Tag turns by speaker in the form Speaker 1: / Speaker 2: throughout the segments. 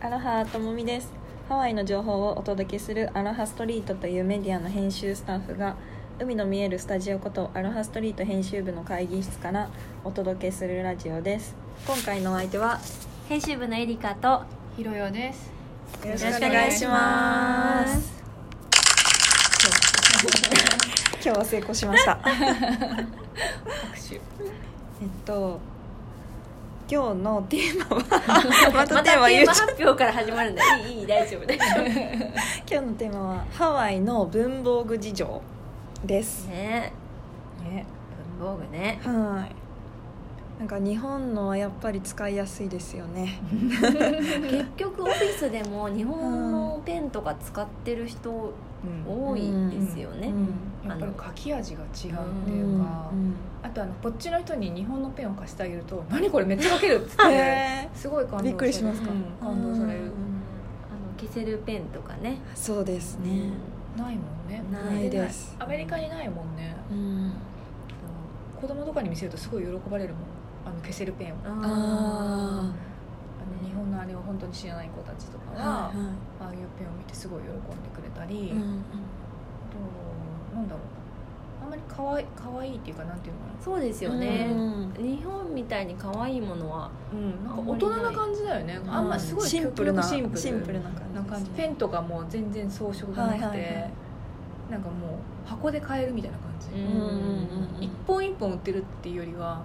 Speaker 1: アロハともみですハワイの情報をお届けするアロハストリートというメディアの編集スタッフが海の見えるスタジオことアロハストリート編集部の会議室からお届けするラジオです今回のお相手は
Speaker 2: 編集部のエリカと
Speaker 3: ひろよです。
Speaker 1: よ
Speaker 2: ろ
Speaker 1: ろ
Speaker 2: し
Speaker 1: し
Speaker 2: く
Speaker 1: く
Speaker 2: お
Speaker 1: お
Speaker 2: 願
Speaker 1: 願
Speaker 2: い
Speaker 1: い
Speaker 2: し
Speaker 1: し
Speaker 2: ま
Speaker 1: ます今日は成功しま した
Speaker 3: 拍手。
Speaker 1: えっと今日のテー マはまたテーマ言っちゃった
Speaker 2: 発表から始まるんだ いいいい大丈夫大丈夫
Speaker 1: 今日のテーマはハワイの文房具事情です、
Speaker 2: ね
Speaker 1: ね、
Speaker 2: 文房具ね
Speaker 1: はいなんか日本のはやっぱり使いやすいですよね
Speaker 2: 結局オフィスでも日本のペンとか使ってる人
Speaker 3: うん。
Speaker 2: 多いですよね、
Speaker 3: やっぱり書き味が違うっていうか、あとあのこっちの人に日本のペンを貸してあげると、何これめっちゃ書けるっつ って、
Speaker 1: へ
Speaker 3: すごい感動される
Speaker 1: びっくりしますか
Speaker 3: うん
Speaker 1: ー
Speaker 3: 感動さ
Speaker 1: う
Speaker 3: れ
Speaker 1: ん。
Speaker 2: あ
Speaker 3: る
Speaker 2: の消せるペンとかね
Speaker 1: そうですね、
Speaker 3: ないもんね。
Speaker 2: ない
Speaker 1: です
Speaker 3: アメリカにないもんね。
Speaker 1: うん、
Speaker 3: 子供とかに見せるとすごい喜ばれるもん。あの消せるペンを。あ
Speaker 1: あ
Speaker 3: の日本のあれを本当に知らない子たちとか
Speaker 1: あ
Speaker 3: は、
Speaker 1: いは
Speaker 3: ああいうペンを見てすごい喜んでくれたり、
Speaker 1: いうん
Speaker 3: あとなんだろう。あんまり可愛い可愛いっていうかなんていうのかな。
Speaker 2: そうですよね、日本みたいに可愛いものは
Speaker 3: うん、なんか大人な感じだよね。あんま
Speaker 1: り
Speaker 3: すごい
Speaker 1: シンプルな
Speaker 3: 極力シ
Speaker 1: シ
Speaker 3: ン
Speaker 1: ン
Speaker 3: プ
Speaker 1: プ
Speaker 3: ル
Speaker 1: ルな感じ
Speaker 3: な感じ。
Speaker 1: ですね
Speaker 3: ペンとかもう全然装飾がなくて、
Speaker 1: はいはいはい
Speaker 3: なんかもう箱で買えるみたいな感じ。
Speaker 2: うん
Speaker 1: うんうんうん
Speaker 3: 一本一本売ってるっていうよりは、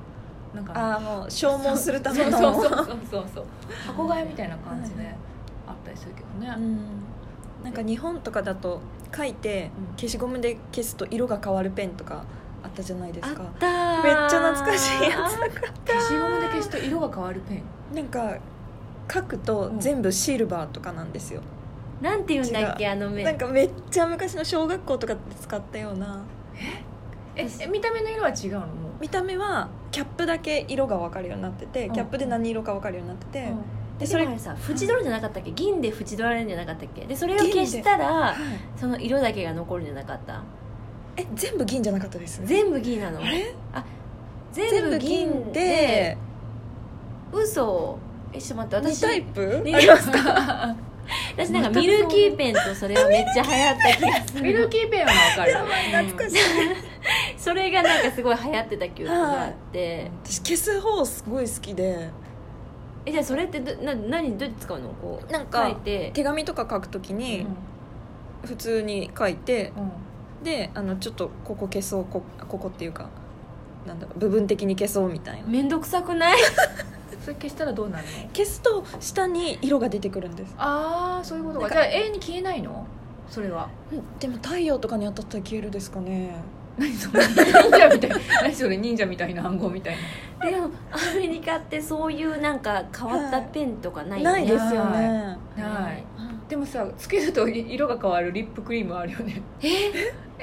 Speaker 3: なんか
Speaker 1: ああもう消耗するた
Speaker 3: そ
Speaker 1: め
Speaker 3: う
Speaker 1: の
Speaker 3: そうそうそうそうそう。箱買いみたいな感じであったりするけどね。
Speaker 1: うんなんか日本とかだと書いて
Speaker 3: うん
Speaker 1: 消しゴムで消すと色が変わるペンとかあったじゃないで
Speaker 2: あ
Speaker 1: す
Speaker 2: っ
Speaker 1: か
Speaker 2: たー
Speaker 1: めっちゃ懐かしいやつ
Speaker 3: 消しゴムで消すと色が変わるペン。
Speaker 1: なんか書くと全部シルバーとかなんですよ、
Speaker 2: なんて言うんだっけあの目
Speaker 1: なんかめっちゃ昔の小学校とかで使ったような
Speaker 3: え、え見た目の色は違うのもう。
Speaker 1: 見た目はキャップだけ色が分かるようになってて
Speaker 3: うん
Speaker 1: キャップで何色か分かるようになってて、でそ
Speaker 2: それ
Speaker 1: れ、
Speaker 2: あ
Speaker 1: は
Speaker 2: れ
Speaker 1: い
Speaker 2: さ縁取るんじゃなかったっけ銀で縁取られるんじゃなかったっけでそれを消したらその色だけが残るんじゃなかった
Speaker 1: え全部銀じゃなかったです
Speaker 2: 全部銀なの
Speaker 1: あれ
Speaker 2: 全
Speaker 1: 全
Speaker 2: 部
Speaker 1: 部
Speaker 2: 銀
Speaker 1: 銀
Speaker 2: で
Speaker 1: で
Speaker 2: 嘘えちょっと待って
Speaker 1: 2
Speaker 2: 私
Speaker 1: タイプ
Speaker 2: 似てますか私なんか
Speaker 3: 全くそう
Speaker 2: ミルキーペンとそれはめっちゃ流行った気がする
Speaker 3: ミルキーペンはわかる。
Speaker 1: 懐 かしい
Speaker 2: それがなんかすごい流行ってた記憶があって
Speaker 1: 私消す方すごい好きで
Speaker 2: えじゃあそれってどな何どうやって使うのこう
Speaker 1: なんか
Speaker 2: 書いて
Speaker 1: 手紙とか書くときに普通に書いて、
Speaker 3: うんうん
Speaker 1: であのちょっとここ消そうこここっていうかなんだろう部分的に消そうみたいな
Speaker 2: 面倒くさくない
Speaker 3: それ消したらどうなるの？
Speaker 1: 消すと下に色が出てくるんです
Speaker 3: ああそういうこと
Speaker 1: な
Speaker 3: か
Speaker 1: んか
Speaker 3: じゃあ永遠に消えないのそれは
Speaker 1: でも太陽とかに当たったら消えるですかね
Speaker 3: 何それ忍者みたい 何それ忍者みたいな暗号みたい
Speaker 2: でもアメリカってそういうなんか変わったペンとかないよ
Speaker 1: ない
Speaker 2: ね、
Speaker 1: ですよね
Speaker 3: なないでもさつけるとい色が変わるリップクリームあるよね
Speaker 2: え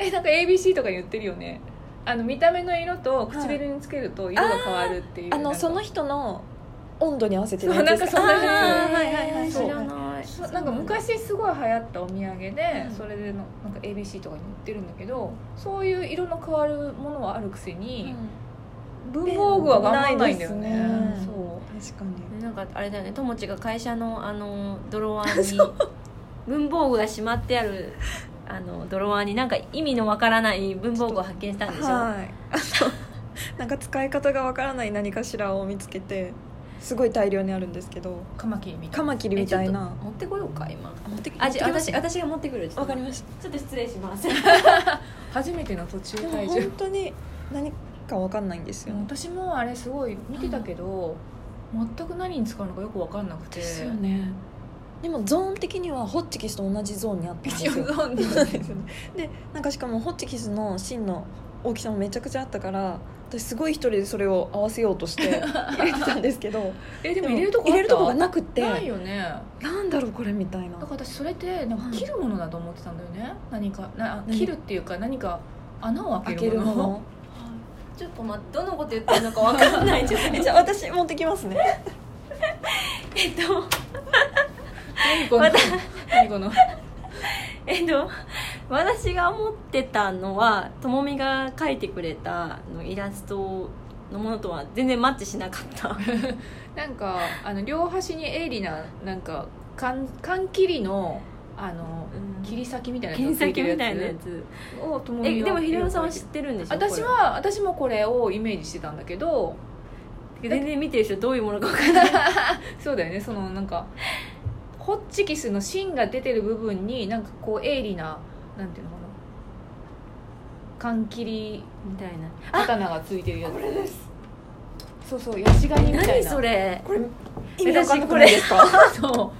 Speaker 3: えなんか ABC とか言ってるよねあの見た目の色と唇につけると色が変わるっていう、
Speaker 1: あのその人
Speaker 3: 人
Speaker 1: の温度に合わせて
Speaker 3: そうなん
Speaker 1: で
Speaker 3: か
Speaker 1: す
Speaker 3: そんなやつ
Speaker 2: あー
Speaker 1: はいはいはい
Speaker 2: 知
Speaker 3: そう
Speaker 2: らない
Speaker 3: なんか昔すごい流行ったお土産で、
Speaker 1: うん
Speaker 3: それでのなんか ABC とかに売ってるんだけどそういう色の変わるものはあるくせに、文房具は頑張んないんだよね
Speaker 1: ないですね
Speaker 3: そう
Speaker 1: 確かに
Speaker 2: なんかあれだよね友知が会社のあのドロワーに文房具がしまってあるあのドロワーになんか意味のわからない文房具を発見したんでしょ
Speaker 1: はい あのなんか使い方がわからない何かしらを見つけてすごい大量にあるんですけど
Speaker 3: カマキリみたいな
Speaker 1: カマキリ
Speaker 2: え
Speaker 1: み
Speaker 2: ちょ
Speaker 1: た
Speaker 2: っ
Speaker 1: い
Speaker 2: と
Speaker 1: な
Speaker 2: 持ってこようか今
Speaker 1: 持ってき
Speaker 2: あじゃあ
Speaker 1: 持ってき
Speaker 2: 私私が持ってくるちょ
Speaker 1: わ
Speaker 2: っと
Speaker 1: かりました
Speaker 2: ちょっと失礼します
Speaker 3: 初めての途中
Speaker 1: でも
Speaker 3: 退
Speaker 1: 本
Speaker 3: 場
Speaker 1: 当に何かわかんないんですよ、ね
Speaker 3: 私もあれすごい見てたけど、全く何に使うのかよく分かんなくて
Speaker 1: ねでもゾーン的にはホッチキスと同じゾーンにあったんです
Speaker 3: 一応
Speaker 1: よ
Speaker 3: ゾーンに
Speaker 1: そうですよねでなんかしかもホッチキスの芯の大きさもめちゃくちゃあったから私すごい一人でそれを合わせようとして入れてたんですけど
Speaker 3: えで
Speaker 1: で
Speaker 3: も入れるとこあった
Speaker 1: 入れるとこがなくて
Speaker 3: ないよね
Speaker 1: なんだろうこれみたいな
Speaker 3: だから私それってなんか切るものだと思ってたんだよね何かなあ
Speaker 1: 何
Speaker 3: 切るっていうか何か穴を開
Speaker 1: 開
Speaker 3: け
Speaker 1: け
Speaker 3: る
Speaker 1: る
Speaker 3: も
Speaker 1: も
Speaker 3: の
Speaker 1: の
Speaker 2: ちょっと待ってどのこと言ってるのかわかんないちょっ と
Speaker 1: えじゃあ私持ってきますね
Speaker 2: えっと
Speaker 3: 何 この
Speaker 2: また
Speaker 3: 何この
Speaker 2: えっと私が持ってたのはともみが描いてくれたあのイラストのものとは全然マッチしなかった
Speaker 3: なんかあの両端に鋭利ななんか缶缶切りのあの
Speaker 2: うん
Speaker 3: 切り裂きみたいな
Speaker 2: 剣
Speaker 3: やつ
Speaker 2: 先みたいなやつ
Speaker 3: をとも
Speaker 2: え
Speaker 3: み
Speaker 2: でもひろのさんは
Speaker 3: 知
Speaker 2: 知ってるんでしょ
Speaker 3: 私
Speaker 2: こ
Speaker 3: は私もこれをイメージしてたんだけど
Speaker 2: れ全然見てる人どういうものか分からない
Speaker 3: そうだよねそのなんかホッチキスの芯が出てる部分になんかこう鋭利ななんていうのかな缶切り
Speaker 2: みたいな
Speaker 3: 刀がついてるやつこれですそうそうヤシガニみたい
Speaker 2: 何
Speaker 3: な
Speaker 2: それ
Speaker 3: これ
Speaker 1: 意味わかんなく
Speaker 2: こ
Speaker 1: ない
Speaker 2: れ
Speaker 1: ですか
Speaker 3: そ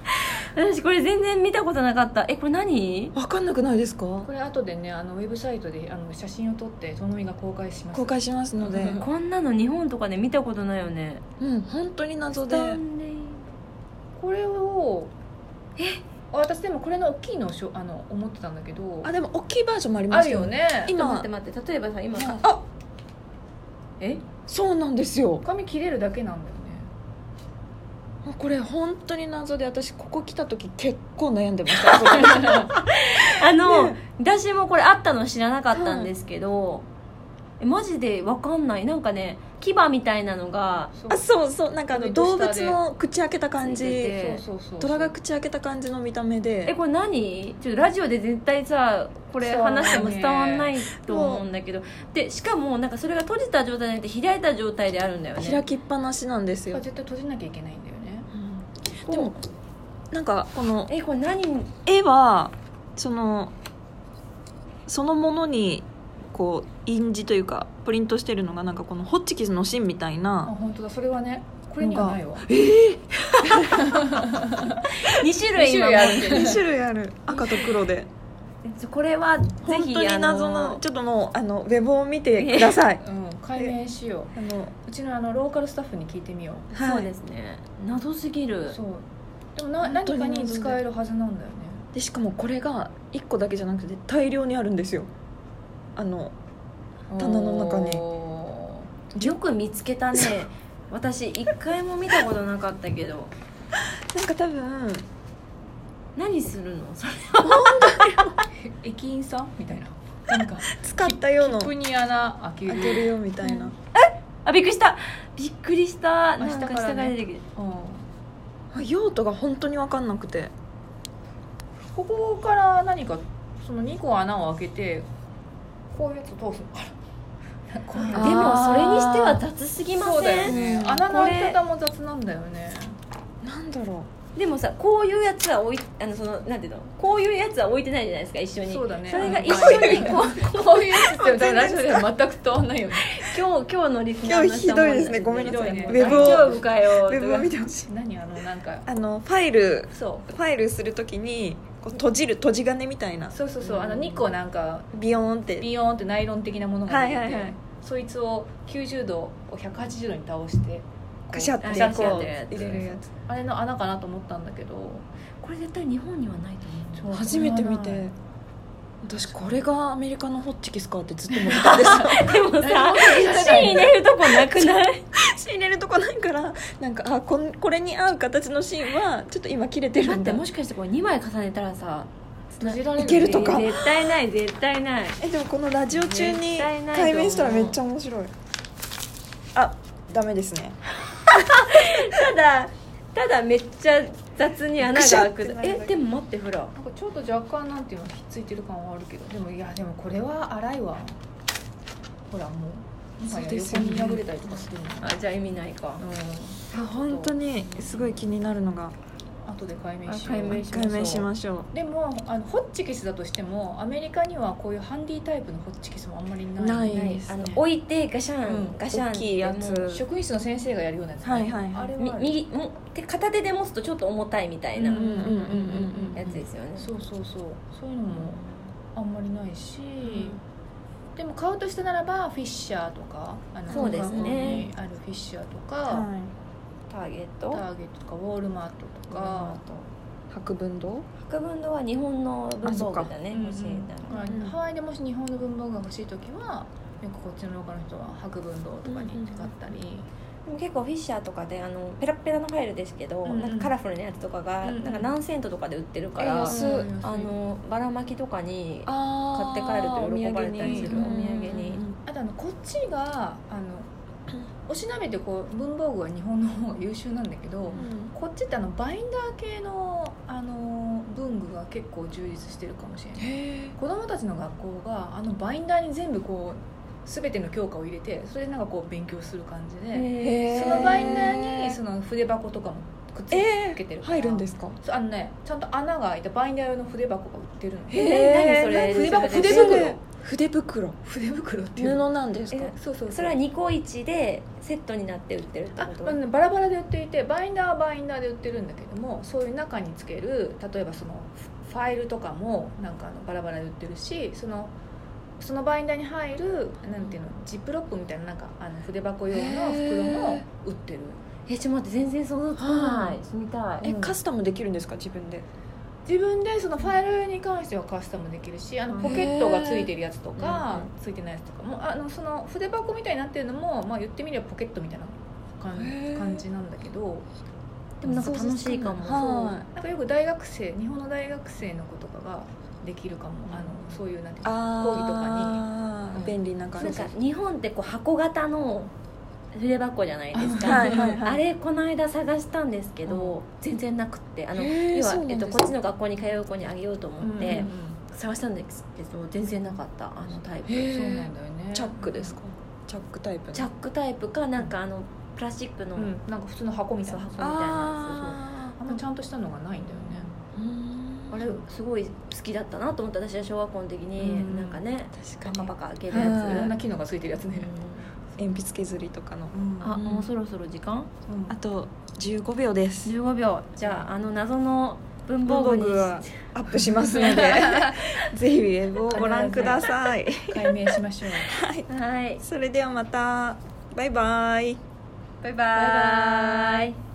Speaker 2: 私これ全然見たことなかったえこれ何
Speaker 1: わかんなくないですか
Speaker 3: うこれ後でねあのウェブサイトであの写真を撮ってともみが公開します
Speaker 1: 公開しますので
Speaker 3: うん
Speaker 2: こんなの日本とかで見たことないよね
Speaker 1: うん本当に謎
Speaker 2: スタ
Speaker 1: で
Speaker 2: ンレー
Speaker 3: これをえ私でもこれの大きいのをしょあの思ってたんだけど
Speaker 1: あでも大きいバージョンもありま
Speaker 3: あ
Speaker 1: す
Speaker 3: るよね
Speaker 2: ちょっと待っ
Speaker 1: 今
Speaker 2: て待って例えばさ今さ
Speaker 1: あ
Speaker 2: え
Speaker 1: そうなんですよ
Speaker 3: 髪切れるだけなんだよね
Speaker 1: これ本当に謎で私ここ来た時結構悩んでました
Speaker 2: あの、
Speaker 1: ね
Speaker 2: 私もこれあったの知らなかったんですけど、えマジでわかんないなんかね牙みたいなのが
Speaker 3: そう
Speaker 1: あ そうそうなんかあの動
Speaker 3: 首と
Speaker 1: 物
Speaker 3: 下で
Speaker 1: の口開けた感
Speaker 2: ついて
Speaker 1: じ
Speaker 2: て
Speaker 3: そうそうそう
Speaker 1: 虎が口開けた感じの見た目
Speaker 2: え
Speaker 1: で
Speaker 2: これ何ちょっとラジオで絶対さこれ
Speaker 3: そうだね
Speaker 2: 話しても伝わんないと思うんだけどでしかもなんかそれが閉じた状態じゃなくて開いた状態であるんだよね
Speaker 1: 開きっぱなしなんですよ
Speaker 3: 絶対閉じなきゃいけないんだよね
Speaker 1: でもなんかこの
Speaker 2: えこれ何
Speaker 1: 絵はそのそのものにこう印字というかプリントしてるのがなんかこのホッチキスの芯みたい
Speaker 3: あ
Speaker 1: な
Speaker 3: 本当だそれはねこれにはないわ
Speaker 2: 2種類今
Speaker 3: 二種類あるんで
Speaker 1: 2種類ある 赤と黒で
Speaker 2: えこれはぜ
Speaker 1: 本
Speaker 2: ひ
Speaker 1: 当に謎
Speaker 2: あ
Speaker 1: の
Speaker 2: の
Speaker 1: ちょっともうあのウェブを見てください
Speaker 3: うん解明しよ
Speaker 1: あの、
Speaker 3: ううちのあのローカルスタッフに聞いてみよう
Speaker 1: はい、
Speaker 2: そうですね謎すぎる
Speaker 3: そうでもな
Speaker 1: 本
Speaker 3: 何
Speaker 1: 当に
Speaker 3: かに
Speaker 1: 謎で
Speaker 3: 使えるはずなんだよね
Speaker 1: でしかもこれが1個だけじゃなくて大量にあるんですよあの棚の中に
Speaker 3: お
Speaker 2: よく見つけたね私一回も見たことなかったけど
Speaker 1: なんか多分
Speaker 2: 何するの それ
Speaker 3: ー駅員さんみたいな なんか
Speaker 1: 使ったようの
Speaker 3: 服に穴開け
Speaker 1: 開
Speaker 3: る
Speaker 1: けるよみたいな、
Speaker 3: うん
Speaker 2: あびっくりしたびっくりした
Speaker 3: 明
Speaker 2: な
Speaker 3: 日
Speaker 2: んか
Speaker 3: から
Speaker 2: 下が
Speaker 3: ね
Speaker 2: 出てきて
Speaker 3: う
Speaker 1: あ
Speaker 3: ん
Speaker 1: 用途が本当に分かんなくて
Speaker 3: ここから何かその2個穴を開けてこういうやつを通すのかな こうい
Speaker 2: で
Speaker 3: うや
Speaker 1: あ
Speaker 3: つ
Speaker 1: ー
Speaker 2: もそれにしては雑すぎま
Speaker 3: そうだ
Speaker 2: せ
Speaker 3: よ
Speaker 2: ん、
Speaker 3: ね、
Speaker 1: うん
Speaker 3: 穴の開き方も雑なんだよね
Speaker 1: なんだろ
Speaker 2: でもさこういうやつは置いあのそのなんていうのこういうやつは置いてないじゃないですか一緒に
Speaker 3: そうだね
Speaker 2: れが一緒にこう
Speaker 3: こういうやつってでもラジオでは全く伝わんないよね
Speaker 2: 今日今日のリスナーの
Speaker 1: 今日ひ
Speaker 2: 人
Speaker 1: ど
Speaker 2: も
Speaker 1: いですねごめんなさい
Speaker 2: ひど
Speaker 3: ウェブを
Speaker 2: 大丈夫か
Speaker 1: う
Speaker 2: よ
Speaker 1: ウェブを見てほしい
Speaker 3: 何あのなんか
Speaker 1: あのファイル
Speaker 3: そ
Speaker 1: ファイルするときにこう閉じる閉じ金みたいな
Speaker 3: うそうそうそうあの2個なんか
Speaker 1: ビヨーンって
Speaker 3: ビヨーンってナイロン的なものが出て、
Speaker 1: はいはいはい
Speaker 3: そいつを90度を180度に倒して
Speaker 1: カシャっ
Speaker 2: カ
Speaker 1: て
Speaker 2: シャ
Speaker 1: こ
Speaker 2: ッ
Speaker 1: う
Speaker 2: てやつ
Speaker 1: 入れるやつ
Speaker 3: あれの穴かなと思ったんだけど
Speaker 2: これ絶対日本にはないと思う
Speaker 3: そう
Speaker 1: 初めて見て私これがアメリカのホッチキスかってずっと思ってたんです
Speaker 2: でもさ芯入れるとこなくない
Speaker 1: 芯入れるとこないからなんかあこんこれに合う形の芯はちょっと今切れてる
Speaker 2: 待っ
Speaker 1: ん
Speaker 2: て
Speaker 1: だ
Speaker 2: もしかしてこれ2枚重ねたらさ
Speaker 3: 閉じられる
Speaker 1: いけるとか
Speaker 2: 絶対ない絶対ない
Speaker 1: えでもこのラジオ中
Speaker 2: 絶
Speaker 1: に
Speaker 2: 対ないと思
Speaker 1: 解
Speaker 2: う
Speaker 1: 明したらめっちゃ面白いあダメですね
Speaker 2: ただただめっちゃ雑に穴が開
Speaker 1: ぐ
Speaker 2: く
Speaker 1: しゃってなるだけ
Speaker 2: えでも待ってほら
Speaker 3: なんかちょっと若干なんていうのひっついてる感はあるけどでもいやでもこれは荒いわほらもう今や
Speaker 1: そうです
Speaker 3: 横
Speaker 1: よね
Speaker 3: に破れたりとかするの
Speaker 2: あじゃあ意味ないか
Speaker 3: う
Speaker 1: 本当にすごい気になるのが
Speaker 3: ん後で解明しよう
Speaker 2: あ解明し
Speaker 1: 解明しましょ
Speaker 3: でもあのホッチキスだとしてもアメリカにはこういうハンディタイプのホッチキスもあんまりない
Speaker 1: ない
Speaker 2: ない
Speaker 1: です
Speaker 2: あ
Speaker 1: ね
Speaker 2: の置いてガシャン、
Speaker 3: うん
Speaker 2: ガシャン
Speaker 1: 大きいやつ
Speaker 2: もう
Speaker 3: 職員室の先生がやるようなやつね、
Speaker 1: はいはいはい
Speaker 3: あれ
Speaker 2: み
Speaker 3: はある
Speaker 2: 右もで片手で持つとちょっと重たいみたいな
Speaker 1: うんうんうんうん
Speaker 2: やつですよね、
Speaker 3: そうそうそうそういうのもあんまりないし、でも買うとしたならばフィッシャーとかあの
Speaker 2: そうですね
Speaker 3: 日本にあるフィッシャーとか、
Speaker 1: う、は
Speaker 2: ターゲッ
Speaker 3: タ
Speaker 2: ト
Speaker 3: ーゲットとかウォールマートとか
Speaker 2: あと
Speaker 1: い、白文堂
Speaker 2: 白文堂は日本の文房具だね
Speaker 3: うん
Speaker 2: 欲しいなら、
Speaker 3: まあ
Speaker 1: うん
Speaker 3: ハワイでもし日本の文房具が欲しい時はよくこっちの農家の人は白文堂とかに使ったり、
Speaker 2: でも結構フィッシャーとかであのペラッペラのファイルですけど、
Speaker 3: うんうん
Speaker 2: なんかカラフルなやつとかが、
Speaker 3: うんうん
Speaker 2: なんか何セントとかで売ってるから、
Speaker 1: え安い
Speaker 2: あのばらまきとかに
Speaker 3: あ
Speaker 2: 買って帰ると喜ばれたりするお
Speaker 1: お
Speaker 2: 土
Speaker 1: 土
Speaker 2: 産
Speaker 1: 産
Speaker 2: に
Speaker 1: に
Speaker 3: あとあのこっちがあのおしなべてこう文房具は日本の方が優秀なんだけど、
Speaker 1: うん
Speaker 3: こっちってあのバインダー系のあの文具が結構充実してるかもしれない子供たちの学校があのバインダーに全部こう全ての教科を入れてそれでなんかこう勉強する感じで、
Speaker 1: へー
Speaker 3: そのバインダーにその筆箱とかもくっつけてるから、
Speaker 1: 入るんですか
Speaker 3: そうあのねちゃんと穴が開いたバインダー用の筆箱が売ってるの
Speaker 1: へ
Speaker 2: え何それ
Speaker 3: 筆箱
Speaker 2: それで
Speaker 3: 筆袋
Speaker 1: 筆袋
Speaker 3: 筆袋っていうの
Speaker 1: 布なんですか
Speaker 2: え
Speaker 3: そうそうそう
Speaker 2: それはニコイチでセットになって売ってるって
Speaker 3: あ
Speaker 2: こ
Speaker 3: まあ
Speaker 2: と
Speaker 3: ねバラバラで売っていてバインダーはバインダーで売ってるんだけどもそういう中につける例えばそのファイルとかもなんかあのバラバラで売ってるしそのそのバインダーに入るなんていうのジップロックみたいななんかあの筆箱用の袋も売ってる
Speaker 2: えちょっと待って全然想像つかな
Speaker 1: はい
Speaker 2: 住みたい
Speaker 1: え
Speaker 2: うん
Speaker 1: カスタムできるんですか自分で
Speaker 3: 自分でそのファイルに関してはカスタムできるしあのポケットがついてるやつとかついてないやつとかもあのその筆箱みたいになってるのも、まあ、言ってみればポケットみたいな感
Speaker 1: へー
Speaker 3: 感じなんだけど
Speaker 2: でもなんか楽しいかも
Speaker 1: は
Speaker 3: なんかよく大学生日本の大学生の子とかができるかもあのそういうなんていう
Speaker 1: あ
Speaker 3: の講義とか
Speaker 1: あ
Speaker 3: うん
Speaker 1: ー便利な
Speaker 2: な
Speaker 1: 感
Speaker 2: ん
Speaker 1: じ
Speaker 2: か日本ってこう箱型の筆箱じゃないですか、
Speaker 1: はいはいはい
Speaker 2: あれこの間探したんですけど、
Speaker 3: う
Speaker 2: 全然なくってあの
Speaker 1: へー
Speaker 2: 要
Speaker 1: そう
Speaker 2: は、
Speaker 1: なん
Speaker 2: え
Speaker 1: です
Speaker 2: っと、
Speaker 1: か
Speaker 2: こっちの学校に通う子にあげようと思っ
Speaker 3: に、
Speaker 2: て
Speaker 3: うん
Speaker 2: 探したんですけど全然なかったあのタイプ
Speaker 1: へー
Speaker 3: そうなんだよね
Speaker 1: チャックですかチャックタイプの
Speaker 2: チャックタイプかなんかあのプラスチックの、
Speaker 3: うんなんか普通の箱みたいな
Speaker 2: そう箱みたいな
Speaker 1: あ
Speaker 3: あんまちゃんとしたのがないんだよね
Speaker 1: ーうーん
Speaker 2: あれすごい好きだったなと思って私は小学校の時に、
Speaker 3: うん
Speaker 2: なんかね
Speaker 1: 確
Speaker 2: パ
Speaker 1: か
Speaker 2: カ
Speaker 1: に
Speaker 2: パカ開け
Speaker 3: い
Speaker 2: るやつ、
Speaker 1: うん
Speaker 3: ろんな機能がついてるやつね、
Speaker 1: 鉛筆削りとかの
Speaker 3: うん
Speaker 2: あ、もうそろそろ時間
Speaker 3: うん
Speaker 1: あと15秒です
Speaker 2: 15秒じゃああの謎の文
Speaker 1: 文
Speaker 2: 房具
Speaker 1: 房
Speaker 2: に
Speaker 1: 具はアップします のでぜひウェブをご覧ください
Speaker 3: 解明しま しょう
Speaker 2: はい
Speaker 1: それではまたバイバイ
Speaker 2: バイバイ
Speaker 3: バ
Speaker 2: イ